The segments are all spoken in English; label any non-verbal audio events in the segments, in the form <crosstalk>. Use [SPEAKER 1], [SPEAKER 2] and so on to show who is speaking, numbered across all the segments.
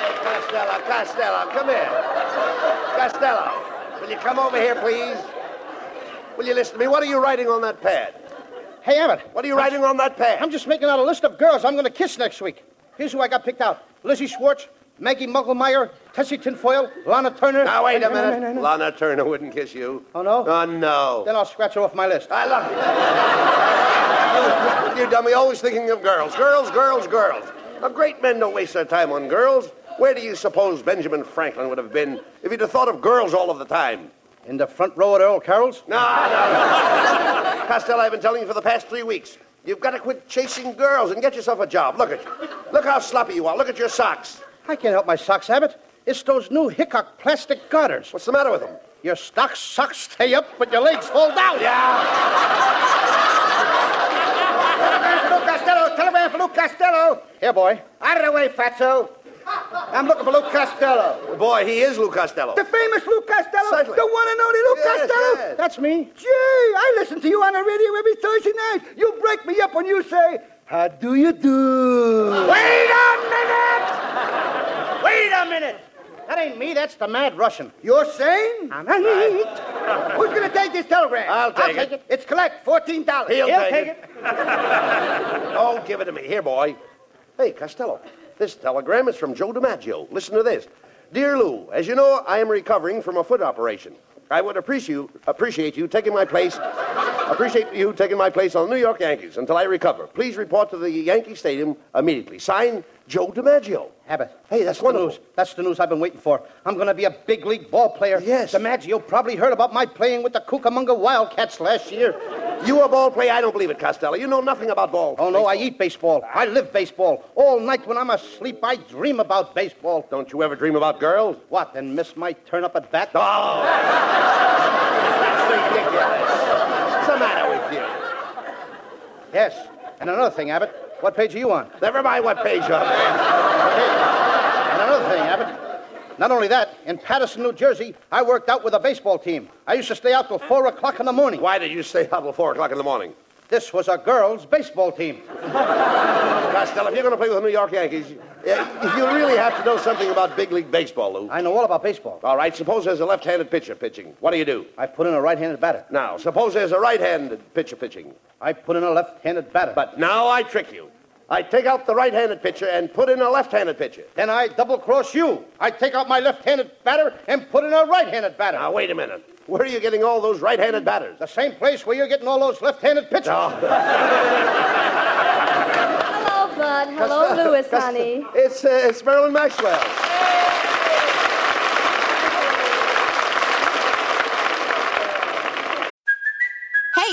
[SPEAKER 1] Costello, Costello, come here. Costello, will you come over here, please? Will you listen to me? What are you writing on that pad?
[SPEAKER 2] Hey, Abbott,
[SPEAKER 1] What are you writing on that pad?
[SPEAKER 2] I'm just making out a list of girls I'm going to kiss next week. Here's who I got picked out Lizzie Schwartz, Maggie Mugglemeyer, Tessie Tinfoil, Lana Turner.
[SPEAKER 1] Now, wait a
[SPEAKER 2] No, no, no,
[SPEAKER 1] minute.
[SPEAKER 2] no, no.
[SPEAKER 1] Lana Turner wouldn't kiss you.
[SPEAKER 2] Oh, no?
[SPEAKER 1] Oh, no.
[SPEAKER 2] Then I'll scratch her off my list.
[SPEAKER 1] I love you. you dummy, always thinking of girls. Girls, girls, girls. Now, great men don't waste their time on girls. Where do you suppose Benjamin Franklin would have been if he'd have thought of girls all of the time?
[SPEAKER 2] In the front row at Earl Carroll's?
[SPEAKER 1] No, no, no. Costello, I've been telling you for the past three weeks. You've got to quit chasing girls and get yourself a job. Look at you. Look how sloppy you are. Look at your socks.
[SPEAKER 2] I can't help my socks, Abbott. It's those new Hickok plastic garters.
[SPEAKER 1] What's the matter with them?
[SPEAKER 2] Your stock socks stay up, but your legs fall down.
[SPEAKER 1] Yeah.
[SPEAKER 3] Telegram for Lou Costello. Telegram for Lou Costello.
[SPEAKER 2] Here, boy.
[SPEAKER 3] Out of the way, fatso. I'm looking for Lou Costello.
[SPEAKER 1] Boy, he is Lou Costello.
[SPEAKER 3] The famous Lou Costello.
[SPEAKER 1] Certainly.
[SPEAKER 3] The one and only Lou
[SPEAKER 1] Yes,
[SPEAKER 3] Costello.
[SPEAKER 1] yes.
[SPEAKER 2] That's me.
[SPEAKER 3] Gee, I listen to you on the radio every Thursday night. You break me up when you say, How do you do? Wait a minute! Wait a minute!
[SPEAKER 2] That ain't me. That's the mad Russian.
[SPEAKER 3] You're saying?
[SPEAKER 2] I'm an idiot.
[SPEAKER 3] <laughs> Who's gonna take this telegram?
[SPEAKER 1] I'll take it.
[SPEAKER 3] It's collect, $14.
[SPEAKER 1] He'll take it. Oh, give it to me. Here, boy. Hey, Costello, this telegram is from Joe DiMaggio. Listen to this. Dear Lou, as you know, I am recovering from a foot operation. I would appreciate appreciate you taking my place. Appreciate you taking my place on the New York Yankees until I recover. Please report to the Yankee Stadium immediately. Signed, Joe DiMaggio.
[SPEAKER 2] Abbott.
[SPEAKER 1] Hey, that's
[SPEAKER 2] the
[SPEAKER 1] wonderful.
[SPEAKER 2] news. That's the news I've been waiting for. I'm going to be a big league ball player.
[SPEAKER 1] Yes.
[SPEAKER 2] DiMaggio probably heard about my playing with the Cucamonga Wildcats last year.
[SPEAKER 1] You a ball player? I don't believe it, Costello. You know nothing about ball.
[SPEAKER 2] Oh, no, I eat baseball. I live baseball. All night when I'm asleep, I dream about baseball.
[SPEAKER 1] Don't you ever dream about girls?
[SPEAKER 2] What, and miss my turn up at bat? Ah, <laughs>
[SPEAKER 1] Oh, that's ridiculous. What's the matter with you?
[SPEAKER 2] Yes. And another thing, Abbott. What page are you on?
[SPEAKER 1] Never mind what page you're on.
[SPEAKER 2] And another thing, Abbott. Not only that, in Patterson, New Jersey, I worked out with a baseball team. I used to stay out till 4 o'clock in the morning.
[SPEAKER 1] Why did you stay out till four o'clock in the morning?
[SPEAKER 2] This was a girls' baseball team.
[SPEAKER 1] Costello, if you're going to play with the New York Yankees, uh, you really have to know something about big league baseball, Lou.
[SPEAKER 2] I know all about baseball.
[SPEAKER 1] All right, suppose there's a left-handed pitcher pitching. What do you do?
[SPEAKER 2] I put in a right-handed batter.
[SPEAKER 1] Now, suppose there's a right-handed pitcher pitching.
[SPEAKER 2] I put in a left-handed batter.
[SPEAKER 1] But now I trick you. I take out the right-handed pitcher and put in a left-handed pitcher.
[SPEAKER 2] then I double-cross you. I take out my left-handed batter and put in a right-handed batter.
[SPEAKER 1] Now, wait a minute. Where are you getting all those right-handed batters?
[SPEAKER 2] the same place where you're getting all those left-handed pitchers.
[SPEAKER 1] Oh,
[SPEAKER 4] Hello, Bud. Hello, Louis, honey.
[SPEAKER 1] <laughs> it's, uh, it's Marilyn Maxwell.
[SPEAKER 5] Hey,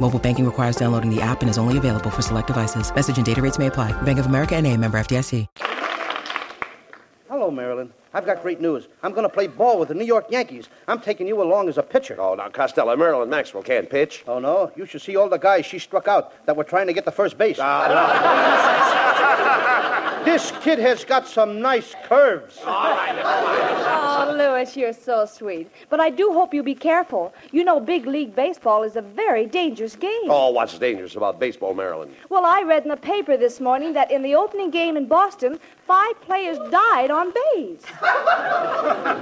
[SPEAKER 6] Mobile banking requires downloading the app and is only available for select devices. Message and data rates may apply. Bank of America and a member FDIC.
[SPEAKER 2] Hello, Marilyn. I've got great news. I'm going to play ball with the New York Yankees. I'm taking you along as a pitcher.
[SPEAKER 1] Oh, now, Costello, Marilyn Maxwell can't pitch.
[SPEAKER 2] Oh, no? You should see all the guys she struck out that were trying to get to first base. <laughs> This kid has got some nice curves.
[SPEAKER 4] Oh, Louis, you're so sweet. But I do hope you be careful. You know, big league baseball is a very dangerous game.
[SPEAKER 1] Oh, what's dangerous about baseball, Maryland?
[SPEAKER 4] Well, I read in the paper this morning that in the opening game in Boston, five players died on base.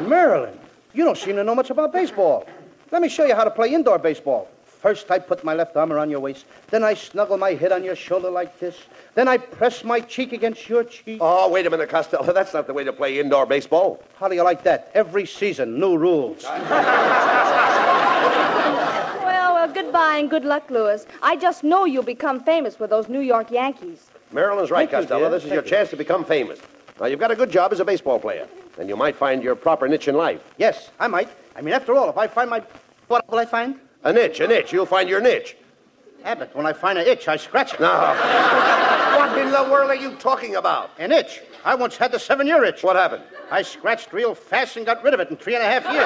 [SPEAKER 2] Marilyn, you don't seem to know much about baseball. Let me show you how to play indoor baseball. First, I put my left arm around your waist. Then I snuggle my head on your shoulder like this. Then I press my cheek against your cheek.
[SPEAKER 1] Oh, wait a minute, Costello. <laughs> That's not the way to play indoor baseball.
[SPEAKER 2] How do you like that? Every season, new rules.
[SPEAKER 4] Well, well, good Goodbye and good luck, Lewis. I just know you'll become famous with those New York Yankees.
[SPEAKER 1] Marilyn's right,
[SPEAKER 2] Thank you,
[SPEAKER 1] Costello.
[SPEAKER 2] dear.
[SPEAKER 1] This is
[SPEAKER 2] Thank
[SPEAKER 1] your
[SPEAKER 2] you.
[SPEAKER 1] chance to become famous. Now, you've got a good job as a baseball player, and you might find your proper niche in life.
[SPEAKER 2] Yes, I might. I mean, after all, if I find my. What will I find?
[SPEAKER 1] A niche, a niche. You'll find your niche.
[SPEAKER 2] Yeah, but when I find an itch, I scratch it.
[SPEAKER 1] Now, <laughs> what in the world are you talking about?
[SPEAKER 2] An itch. I once had the seven year itch.
[SPEAKER 1] What happened?
[SPEAKER 2] I scratched real fast and got rid of it in three and a half years.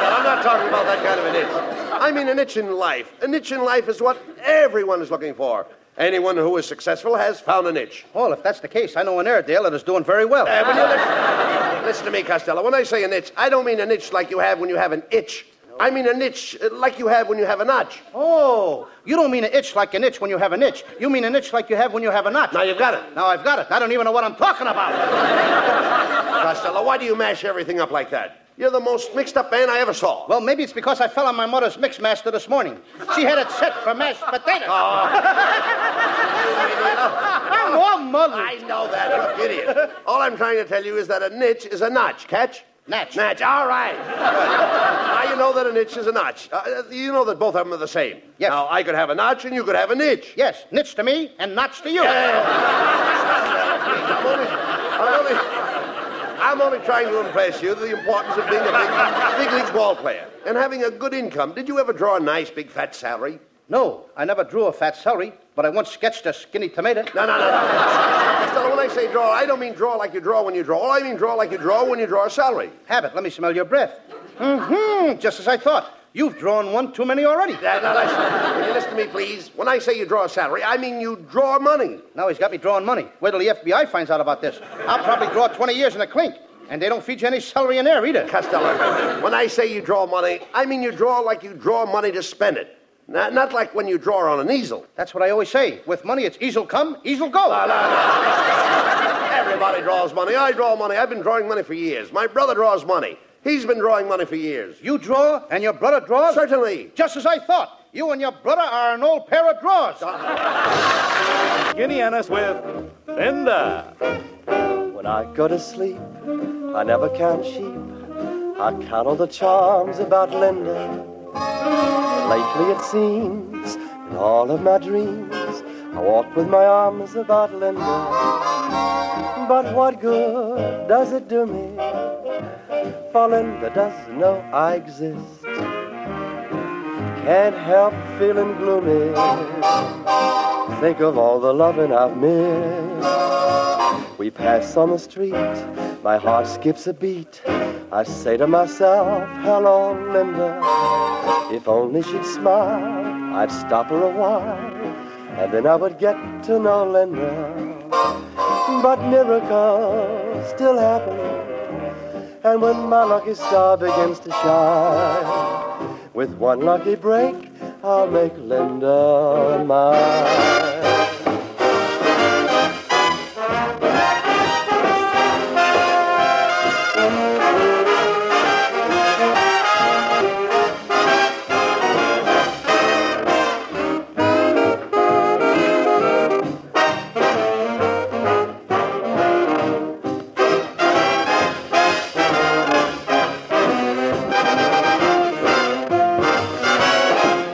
[SPEAKER 1] Now, I'm not talking about that kind of an itch. I mean an itch in life. An itch in life is what everyone is looking for. Anyone who is successful has found an itch.
[SPEAKER 2] well, if that's the case, I know an Airedale that is doing very well.
[SPEAKER 1] Uh, when you listen, <laughs> listen to me, Costello. When I say an itch, I don't mean an itch like you have when you have an itch. I mean an itch uh, like you have when you have a notch.
[SPEAKER 2] Oh, you don't mean an itch like an itch when you have an itch. You mean an itch like you have when you have a notch.
[SPEAKER 1] Now you've got it.
[SPEAKER 2] Now I've got it. I don't even know what I'm talking about.
[SPEAKER 1] Costello, why do you mash everything up like that? You're the most mixed up man I ever saw.
[SPEAKER 2] Well, maybe it's because I fell on my mother's mix master this morning. She had it set for mashed potatoes.
[SPEAKER 1] Oh.
[SPEAKER 2] <laughs> I'm all mother.
[SPEAKER 1] I know that, <laughs> you idiot. All I'm trying to tell you is that a niche is a notch, catch?
[SPEAKER 2] Natch.
[SPEAKER 1] Natch, all right. Good. now you know that a niche is a notch. Uh, you know that both of them are the same.
[SPEAKER 2] Yes.
[SPEAKER 1] Now, I could have a notch and you could have a niche.
[SPEAKER 2] Yes, niche to me and notch to you.
[SPEAKER 1] I'm only, I'm only, I'm only trying to impress you the importance of being a big, big league ball player and having a good income. Did you ever draw a nice, big, fat salary?
[SPEAKER 2] No, I never drew a fat celery, but I once sketched a skinny tomato.
[SPEAKER 1] No, no, no, no. Stella, when I say draw, I don't mean draw like you draw when you draw. I mean draw like you draw when you draw a salary.
[SPEAKER 2] Have it. Let me smell your breath. Mm-hmm. Just as I thought. You've drawn one too many already.
[SPEAKER 1] Now, now, listen. Will you listen to me, please? When I say you draw a salary, I mean you draw money.
[SPEAKER 2] Now he's got me drawing money. Wait till the FBI finds out about this. I'll probably draw 20 years in a clink. And they don't feed you any celery in there either.
[SPEAKER 1] Costello, when I say you draw money, I mean you draw like you draw money to spend it. Not, not like when you draw on an easel.
[SPEAKER 2] That's what I always say. With money, it's easy'll come, easy'll go.
[SPEAKER 1] Everybody draws money. I draw money. I've been drawing money for years. My brother draws money. He's been drawing money for years.
[SPEAKER 2] You draw and your brother draws?
[SPEAKER 1] Certainly.
[SPEAKER 2] Just as I thought. You and your brother are an old pair of drawers.
[SPEAKER 7] Guinea Annis with Linda. When I go to sleep, I never count sheep. I count all the charms about Linda. Lately it seems, in all of my dreams, I walk with my arms about Linda. But what good does it do me? For Linda doesn't know I exist. Can't help feeling gloomy. Think of all the loving I've missed. We pass on the street, my heart skips a beat. I say to myself, hello, Linda. If only she'd smile, I'd stop her a while, and then I would get to know Linda. But miracles still happen, and when my lucky star begins to shine, with one lucky break, I'll make Linda mine.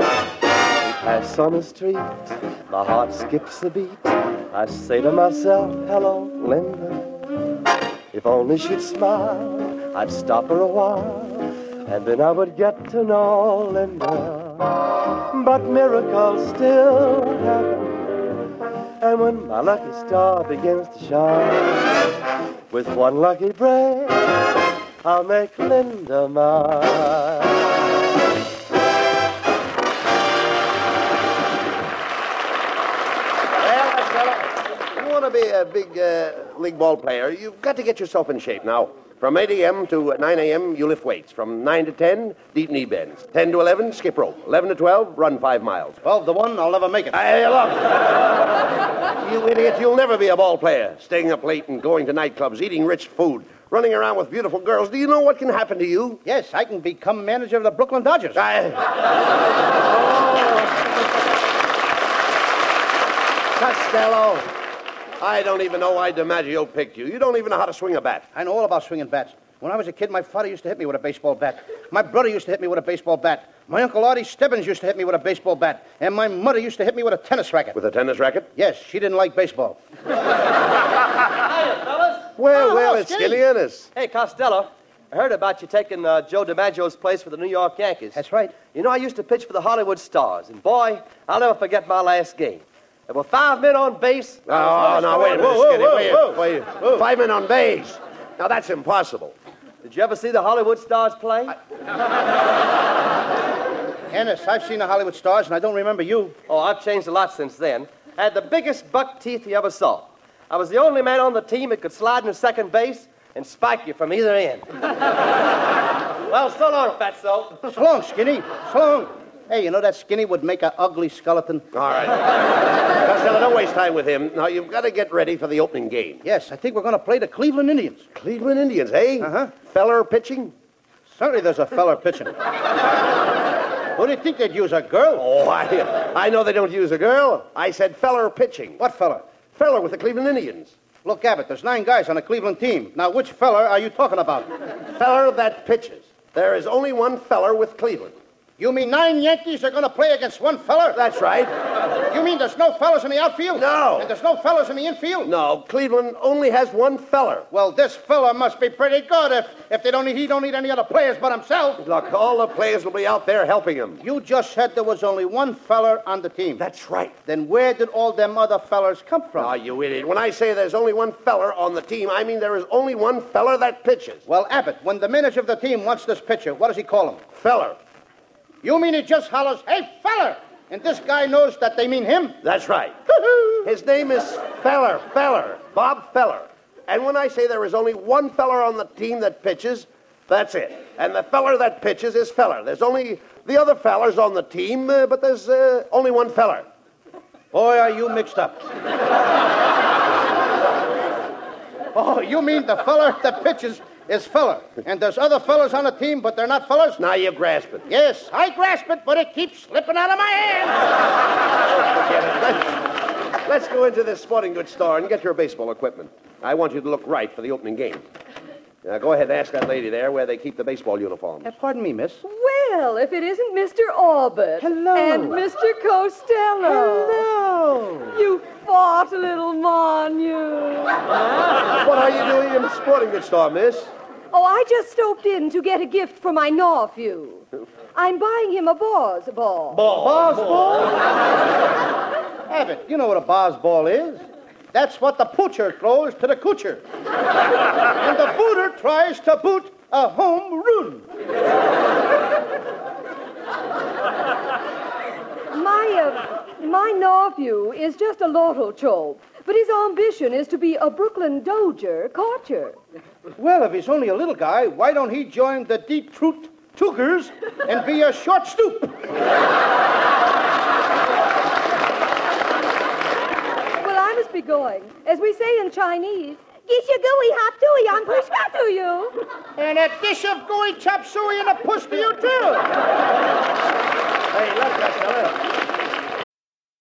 [SPEAKER 7] pass on the street, my heart skips a beat. I say to myself, hello, Linda. If only she'd smile, I'd stop her a while, and then I would get to know Linda. But miracles still happen, and when my lucky star begins to shine, with one lucky break, I'll make Linda mine.
[SPEAKER 1] Well, Costello, you want to be a big uh, league ball player, you've got to get yourself in shape now. From 8 a.m. to 9 a.m., you lift weights. From 9 to 10, deep knee bends. 10 to 11, skip rope. 11 to 12, run five miles.
[SPEAKER 2] 12 to 1, I'll never make it.
[SPEAKER 1] Hey, look. you idiot, you'll never be a ball player. Staying up late and going to nightclubs, eating rich food, running around with beautiful girls. Do you know what can happen to you?
[SPEAKER 2] Yes, I can become manager of the Brooklyn Dodgers.
[SPEAKER 1] I... Oh. Costello, I don't even know why DiMaggio picked you. You don't even know how to swing a bat.
[SPEAKER 2] I know all about swinging bats. When I was a kid, my father used to hit me with a baseball bat. My brother used to hit me with a baseball bat. My Uncle Artie Stebbins used to hit me with a baseball bat. And my mother used to hit me with a tennis racket.
[SPEAKER 1] With a tennis racket?
[SPEAKER 2] Yes, she didn't like baseball.
[SPEAKER 1] Well,
[SPEAKER 2] Oh,
[SPEAKER 1] well,
[SPEAKER 2] hello,
[SPEAKER 1] it's
[SPEAKER 2] Skinny.
[SPEAKER 1] Skinny Ennis.
[SPEAKER 7] Hey, Costello. I heard about you taking uh, Joe DiMaggio's place for the New York Yankees.
[SPEAKER 2] That's right.
[SPEAKER 7] You know, I used to pitch for the Hollywood Stars, and boy, I'll never forget my last game. There were five men on base.
[SPEAKER 1] Oh, no, wait a minute,
[SPEAKER 7] Whoa, whoa,
[SPEAKER 1] Skinny.
[SPEAKER 7] whoa,
[SPEAKER 1] wait,
[SPEAKER 7] whoa.
[SPEAKER 1] wait. Five men on base. Now, that's impossible.
[SPEAKER 7] Did you ever see the Hollywood Stars play?
[SPEAKER 2] Ennis, I've seen the Hollywood stars, and I don't remember you.
[SPEAKER 7] Oh, I've changed a lot since then. I had the biggest buck teeth you ever saw. I was the only man on the team that could slide into second base and spike you from either end. <laughs> well, so long, Fatso.
[SPEAKER 2] So long, Skinny. So long. Hey, you know that Skinny would make an ugly skeleton?
[SPEAKER 1] All
[SPEAKER 7] <laughs>
[SPEAKER 1] right. Costello, don't waste time with him. Now, you've got to get ready for the opening game.
[SPEAKER 2] Yes, I think we're going to play the Cleveland Indians.
[SPEAKER 1] Cleveland Indians, eh?
[SPEAKER 2] Uh-huh.
[SPEAKER 1] Feller pitching?
[SPEAKER 2] Certainly there's a feller pitching. Who do you think they'd use, a girl?
[SPEAKER 1] Oh, I, I know they don't use a girl. I said feller pitching.
[SPEAKER 2] What feller?
[SPEAKER 1] Feller with the Cleveland Indians.
[SPEAKER 2] Look, Abbott, there's nine guys on the Cleveland team. Now, which feller are you talking about?
[SPEAKER 1] Feller that pitches. There is only one feller with Cleveland.
[SPEAKER 2] You mean nine Yankees are going to play against one feller?
[SPEAKER 1] That's right.
[SPEAKER 2] You mean there's no fellas in the outfield?
[SPEAKER 1] No.
[SPEAKER 2] And there's no fellas in the infield?
[SPEAKER 1] No, Cleveland only has one feller.
[SPEAKER 2] Well, this fella must be pretty good if, if they don't need, he don't need any other players but himself.
[SPEAKER 1] Look, all the players will be out there helping him.
[SPEAKER 2] You just said there was only one feller on the team.
[SPEAKER 1] That's right.
[SPEAKER 2] Then where did all them other fellers come from?
[SPEAKER 1] Oh, you idiot. When I say there's only one feller on the team, I mean there is only one feller that pitches.
[SPEAKER 2] Well, Abbott, when the manager of the team wants this pitcher, what does he call him?
[SPEAKER 1] Feller.
[SPEAKER 2] You mean he just hollers, hey, feller! And this guy knows that they
[SPEAKER 1] <laughs>
[SPEAKER 2] mean him?
[SPEAKER 1] That's right. His name is Feller, Feller, Bob Feller. And when I say there is only one feller on the team that pitches, that's it. And the feller that pitches is Feller. There's only the other fellers on the team, uh, but there's uh, only one feller.
[SPEAKER 2] Boy, are you mixed up. oh, you mean the feller that pitches is feller. And there's other fellers on the team, but they're not fellers?
[SPEAKER 1] Now you grasp it.
[SPEAKER 2] Yes, I grasp it, but it keeps slipping out of my hand.
[SPEAKER 1] Forget it. Let's, let's go into this sporting goods store and get your baseball equipment. I want you to look right for the opening game. Now go ahead and ask that lady there where they keep the baseball uniforms.
[SPEAKER 2] Eh, pardon me, miss.
[SPEAKER 4] Well, if it isn't Mr. Orbit.
[SPEAKER 2] Hello.
[SPEAKER 4] And Mr. Costello.
[SPEAKER 2] Hello.
[SPEAKER 4] You fought a little, mon, you.
[SPEAKER 1] What are you doing in the sporting goods store, miss?
[SPEAKER 4] Oh, I just stopped in to get a gift for my nephew. I'm buying him a Boz ball.
[SPEAKER 2] Boss ball? Abbott, you know what a boss ball is. That's what the poocher throws to the coocher. and the booter tries to boot a home run.
[SPEAKER 4] My, uh, my nephew is just a lotto trope, but his ambition is to be a Brooklyn Doger catcher.
[SPEAKER 2] Well, if he's only a little guy, why don't he join the deep truth Cougars and be a short stoop?
[SPEAKER 4] Well, I must be going. As we say in Chinese, Gishagui hop tui on push to you.
[SPEAKER 2] And a dish of gooey chop suey and a push for you, too.
[SPEAKER 1] Hey, look, Costello.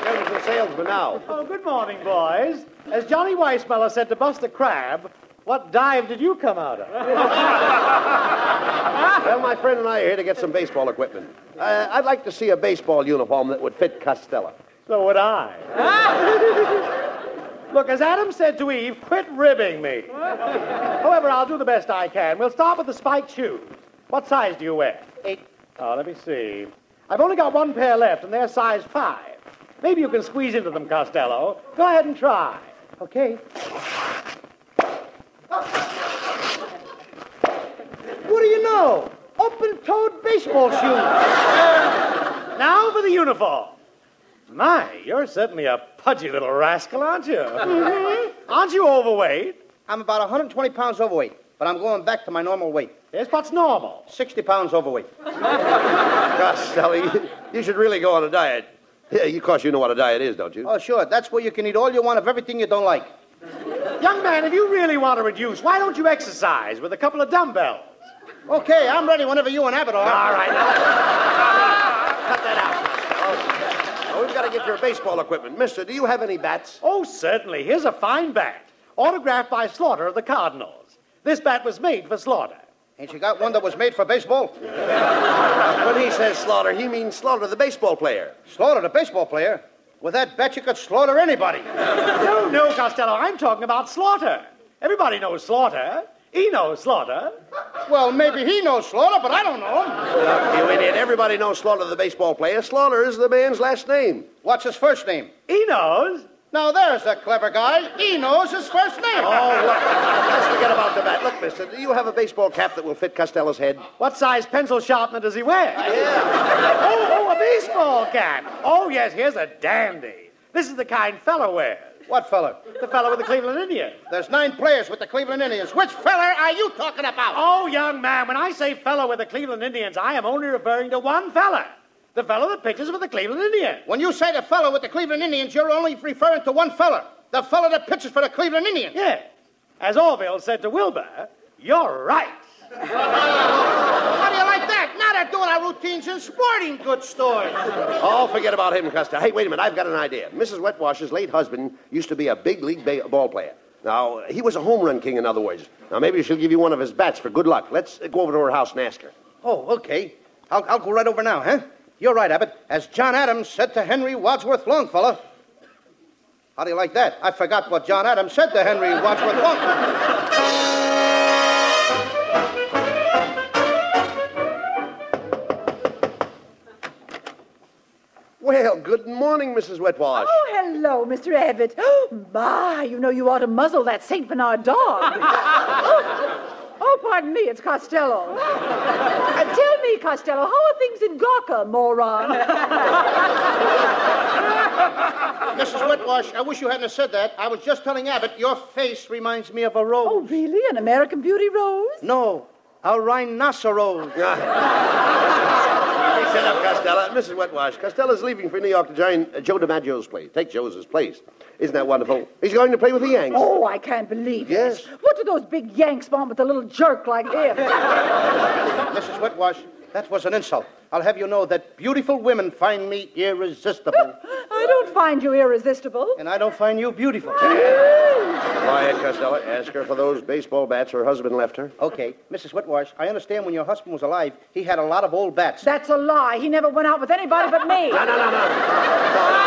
[SPEAKER 1] comes the salesman now.
[SPEAKER 8] Oh, good morning, boys. As Johnny Weissmuller said to Buster Crab, what dive did you come out of?
[SPEAKER 1] <laughs> Well, my friend and I are here to get some baseball equipment. Uh, I'd like to see a baseball uniform that would fit Costello.
[SPEAKER 8] So would I. <laughs> Look, as Adam said to Eve, quit ribbing me. However, I'll do the best I can. We'll start with the spiked shoes. What size do you wear? Eight. Oh, let me see. I've only got one pair left, and they're size five. Maybe you can squeeze into them, Costello. Go ahead and try. Okay.
[SPEAKER 2] What do you know? Open-toed baseball shoes.
[SPEAKER 8] Now for the uniform. My, you're certainly a pudgy
[SPEAKER 2] Mm-hmm.
[SPEAKER 8] little rascal, aren't you? Aren't you overweight?
[SPEAKER 2] I'm about 120 pounds overweight. but I'm going back to my normal weight.
[SPEAKER 8] Yes, what's normal?
[SPEAKER 2] 60 pounds overweight.
[SPEAKER 1] <laughs> Costello, you, you should really go on a diet. Yeah, you- of course, you know what a diet is, don't you?
[SPEAKER 2] Oh, sure. That's where you can eat all you want of everything you don't like.
[SPEAKER 8] Young man, if you really want to reduce, why don't you exercise with a couple of dumbbells?
[SPEAKER 2] Okay, I'm ready whenever you and Abbott are.
[SPEAKER 8] All right, now.
[SPEAKER 1] Oh, we've got to get your baseball equipment. Mister, do you have any bats?
[SPEAKER 8] Oh, certainly. Here's a fine bat, autographed by Slaughter of the Cardinals. This bat was made for Slaughter.
[SPEAKER 2] Ain't you got one that was made for baseball?
[SPEAKER 1] When he says slaughter, he means slaughter the baseball player.
[SPEAKER 2] Slaughtered a baseball player. With that bet, you could slaughter anybody.
[SPEAKER 8] No, no, Costello, I'm talking about Slaughter. Everybody knows Slaughter. He knows Slaughter.
[SPEAKER 2] Well, maybe he knows slaughter, but I don't know him.
[SPEAKER 1] You idiot. Everybody knows Slaughter the baseball player. Slaughter is the man's last name.
[SPEAKER 2] What's his first name?
[SPEAKER 8] He knows.
[SPEAKER 2] Now, there's a clever guy. He knows his first name.
[SPEAKER 1] Oh, look. Let's forget about the bat. Look, mister, do you have a baseball cap that will fit Costello's head?
[SPEAKER 8] What size pencil sharpener does he wear? oh, oh, a baseball cap. Oh, yes, here's a dandy. This is the kind fella wears.
[SPEAKER 2] What fella?
[SPEAKER 8] The fellow with the Cleveland Indians.
[SPEAKER 2] There's nine players with the Cleveland Indians. Which fella are you talking about?
[SPEAKER 8] Oh, young man, when I say fellow with the Cleveland Indians, I am only referring to one fella. The fellow that pitches with the Cleveland Indians.
[SPEAKER 2] When you say the fellow with the Cleveland Indians, you're only referring to one fella. The fella that pitches for the Cleveland Indians.
[SPEAKER 8] Yes. As Orville said to Wilbur, you're right.
[SPEAKER 2] How do you like that? Now they're doing our routines in sporting goods stores.
[SPEAKER 1] Oh, forget about him, Costello. Hey, wait a minute. I've got an idea. Mrs. Wetwash's late husband used to be a big league ba- ball player. Now, he was a home run king, in other words. Now, maybe she'll give you one of his bats for good luck. Let's uh, go over to her house and ask her.
[SPEAKER 2] Oh, okay. I'll, I'll go right over now, huh? You're right, Abbott. As John Adams said to Henry Wadsworth Longfellow. How do you like that? I forgot what John Adams said to Henry Wadsworth Longfellow.
[SPEAKER 1] Well, good morning, Mrs. Wetwash.
[SPEAKER 9] Oh, hello, Mr. Abbott. Oh, my, you know you ought to muzzle that St. Bernard dog. oh, oh, pardon me, it's Costello. Uh, tell me, Costello, how are things in Gawker, moron?
[SPEAKER 2] Mrs. Whitwash, Oh, I wish you hadn't have said that. I was just telling Abbott your face reminds me of a rose.
[SPEAKER 9] oh, really? An American Beauty rose?
[SPEAKER 2] No,
[SPEAKER 1] <laughs>
[SPEAKER 2] a rhinoceros.
[SPEAKER 1] Hey, sit up, Costello. Mrs. Wetwash, Costello's leaving for New York to join uh, Joe DiMaggio's place. Take Joe's place. Isn't that wonderful? He's going to play with the Yanks.
[SPEAKER 9] Oh, I can't believe
[SPEAKER 1] Yes.
[SPEAKER 9] it. What do those big Yanks want with a little jerk like him?
[SPEAKER 2] Mrs. Whitwash, Oh, that was an insult. I'll have you know that beautiful women find me irresistible,
[SPEAKER 9] I don't find you irresistible.
[SPEAKER 2] and I don't find you beautiful.
[SPEAKER 1] Quiet, Costello. Ask her for those baseball bats her husband left her.
[SPEAKER 2] Okay, Mrs. Whitwash, I understand when your husband was alive, he had a lot of old bats.
[SPEAKER 9] That's a lie. He never went out with anybody but me.
[SPEAKER 1] No, no, no, no. No,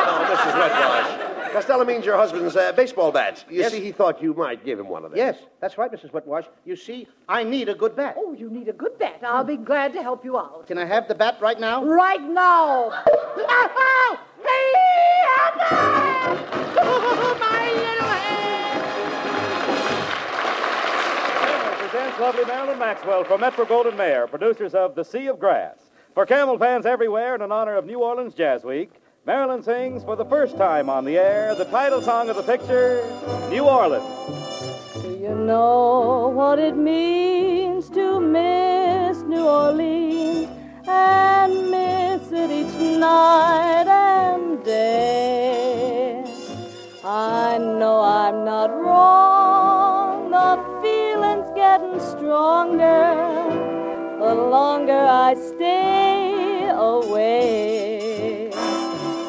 [SPEAKER 1] no, Mrs. Wetwash. Costello means your husband's uh, baseball bats. You see, he thought you might give him one of them.
[SPEAKER 2] Yes, that's right, Mrs. Whitwash. You see, I need a good bat.
[SPEAKER 9] Oh, you need a good bat. I'll be glad to help you out.
[SPEAKER 2] Can I have the bat right now?
[SPEAKER 9] Right
[SPEAKER 2] <laughs>
[SPEAKER 9] now. Oh,
[SPEAKER 2] <laughs>
[SPEAKER 10] presents lovely Marilyn Maxwell from Metro Golden Mayer, producers of The Sea of Grass. For Camel fans everywhere and in honor of New Orleans Jazz Week, Marilyn sings for the first time on the air the title song of the picture, New Orleans.
[SPEAKER 4] You know what it means to miss New Orleans and miss it each night and day. I know I'm not wrong, the feeling's getting stronger the longer I stay away.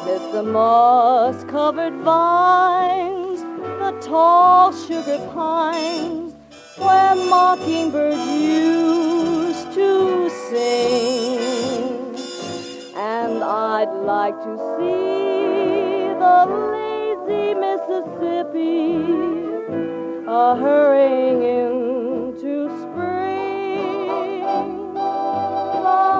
[SPEAKER 4] Miss the moss covered vines, the tall sugar pines, where mockingbirds used to sing. And I'd like to see the lazy Mississippi a hurrying into spring. The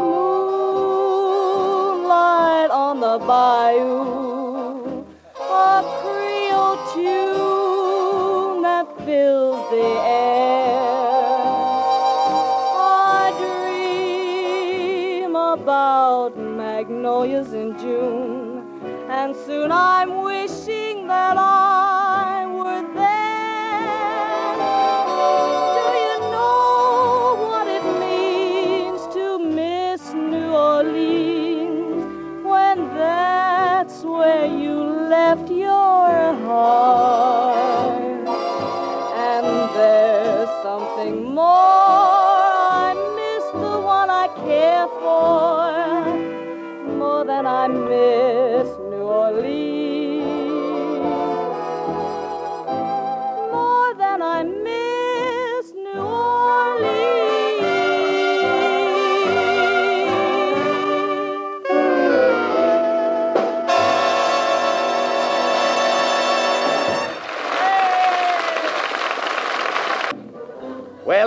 [SPEAKER 4] moonlight on the bayou, a Creole tune that fills the air. I dream about magnolias in June, and soon I'm wishing that I were there. Do you know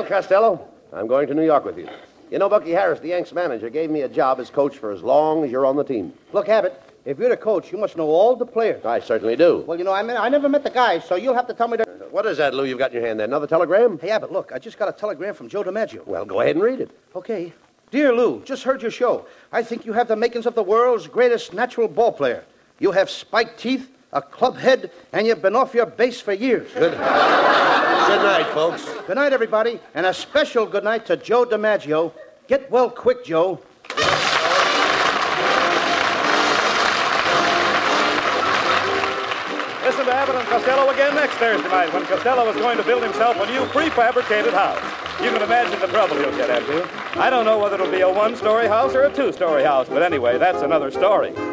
[SPEAKER 1] Costello, I'm going to New York with you. You know, Bucky Harris, the Yanks manager, gave me a job as coach for as long as you're on the team.
[SPEAKER 2] Look, Abbott, if you're the coach, you must know all the players.
[SPEAKER 1] I certainly do.
[SPEAKER 2] Well, you know, I mean, I never met the guy, so you'll have to tell me the.
[SPEAKER 1] What is that, Lou, you've got in your hand there? Another telegram?
[SPEAKER 2] Hey, Abbott, look, I just got a telegram from Joe DiMaggio.
[SPEAKER 1] Well, go ahead and read it.
[SPEAKER 2] Okay. Dear Lou, just heard your show. I think you have the makings of the world's greatest natural ball player. You have spiked teeth, a club head, and you've been off your base for years.
[SPEAKER 1] Good. good night, folks.
[SPEAKER 2] Good night, everybody, and a special good night to Joe DiMaggio. Get well quick, Joe.
[SPEAKER 7] Listen to Abbott and Costello again next Thursday night when Costello is going to build himself a new prefabricated house. You can imagine the trouble he'll get into. I don't know whether it'll be a one story house or a two story house, but anyway, that's another story.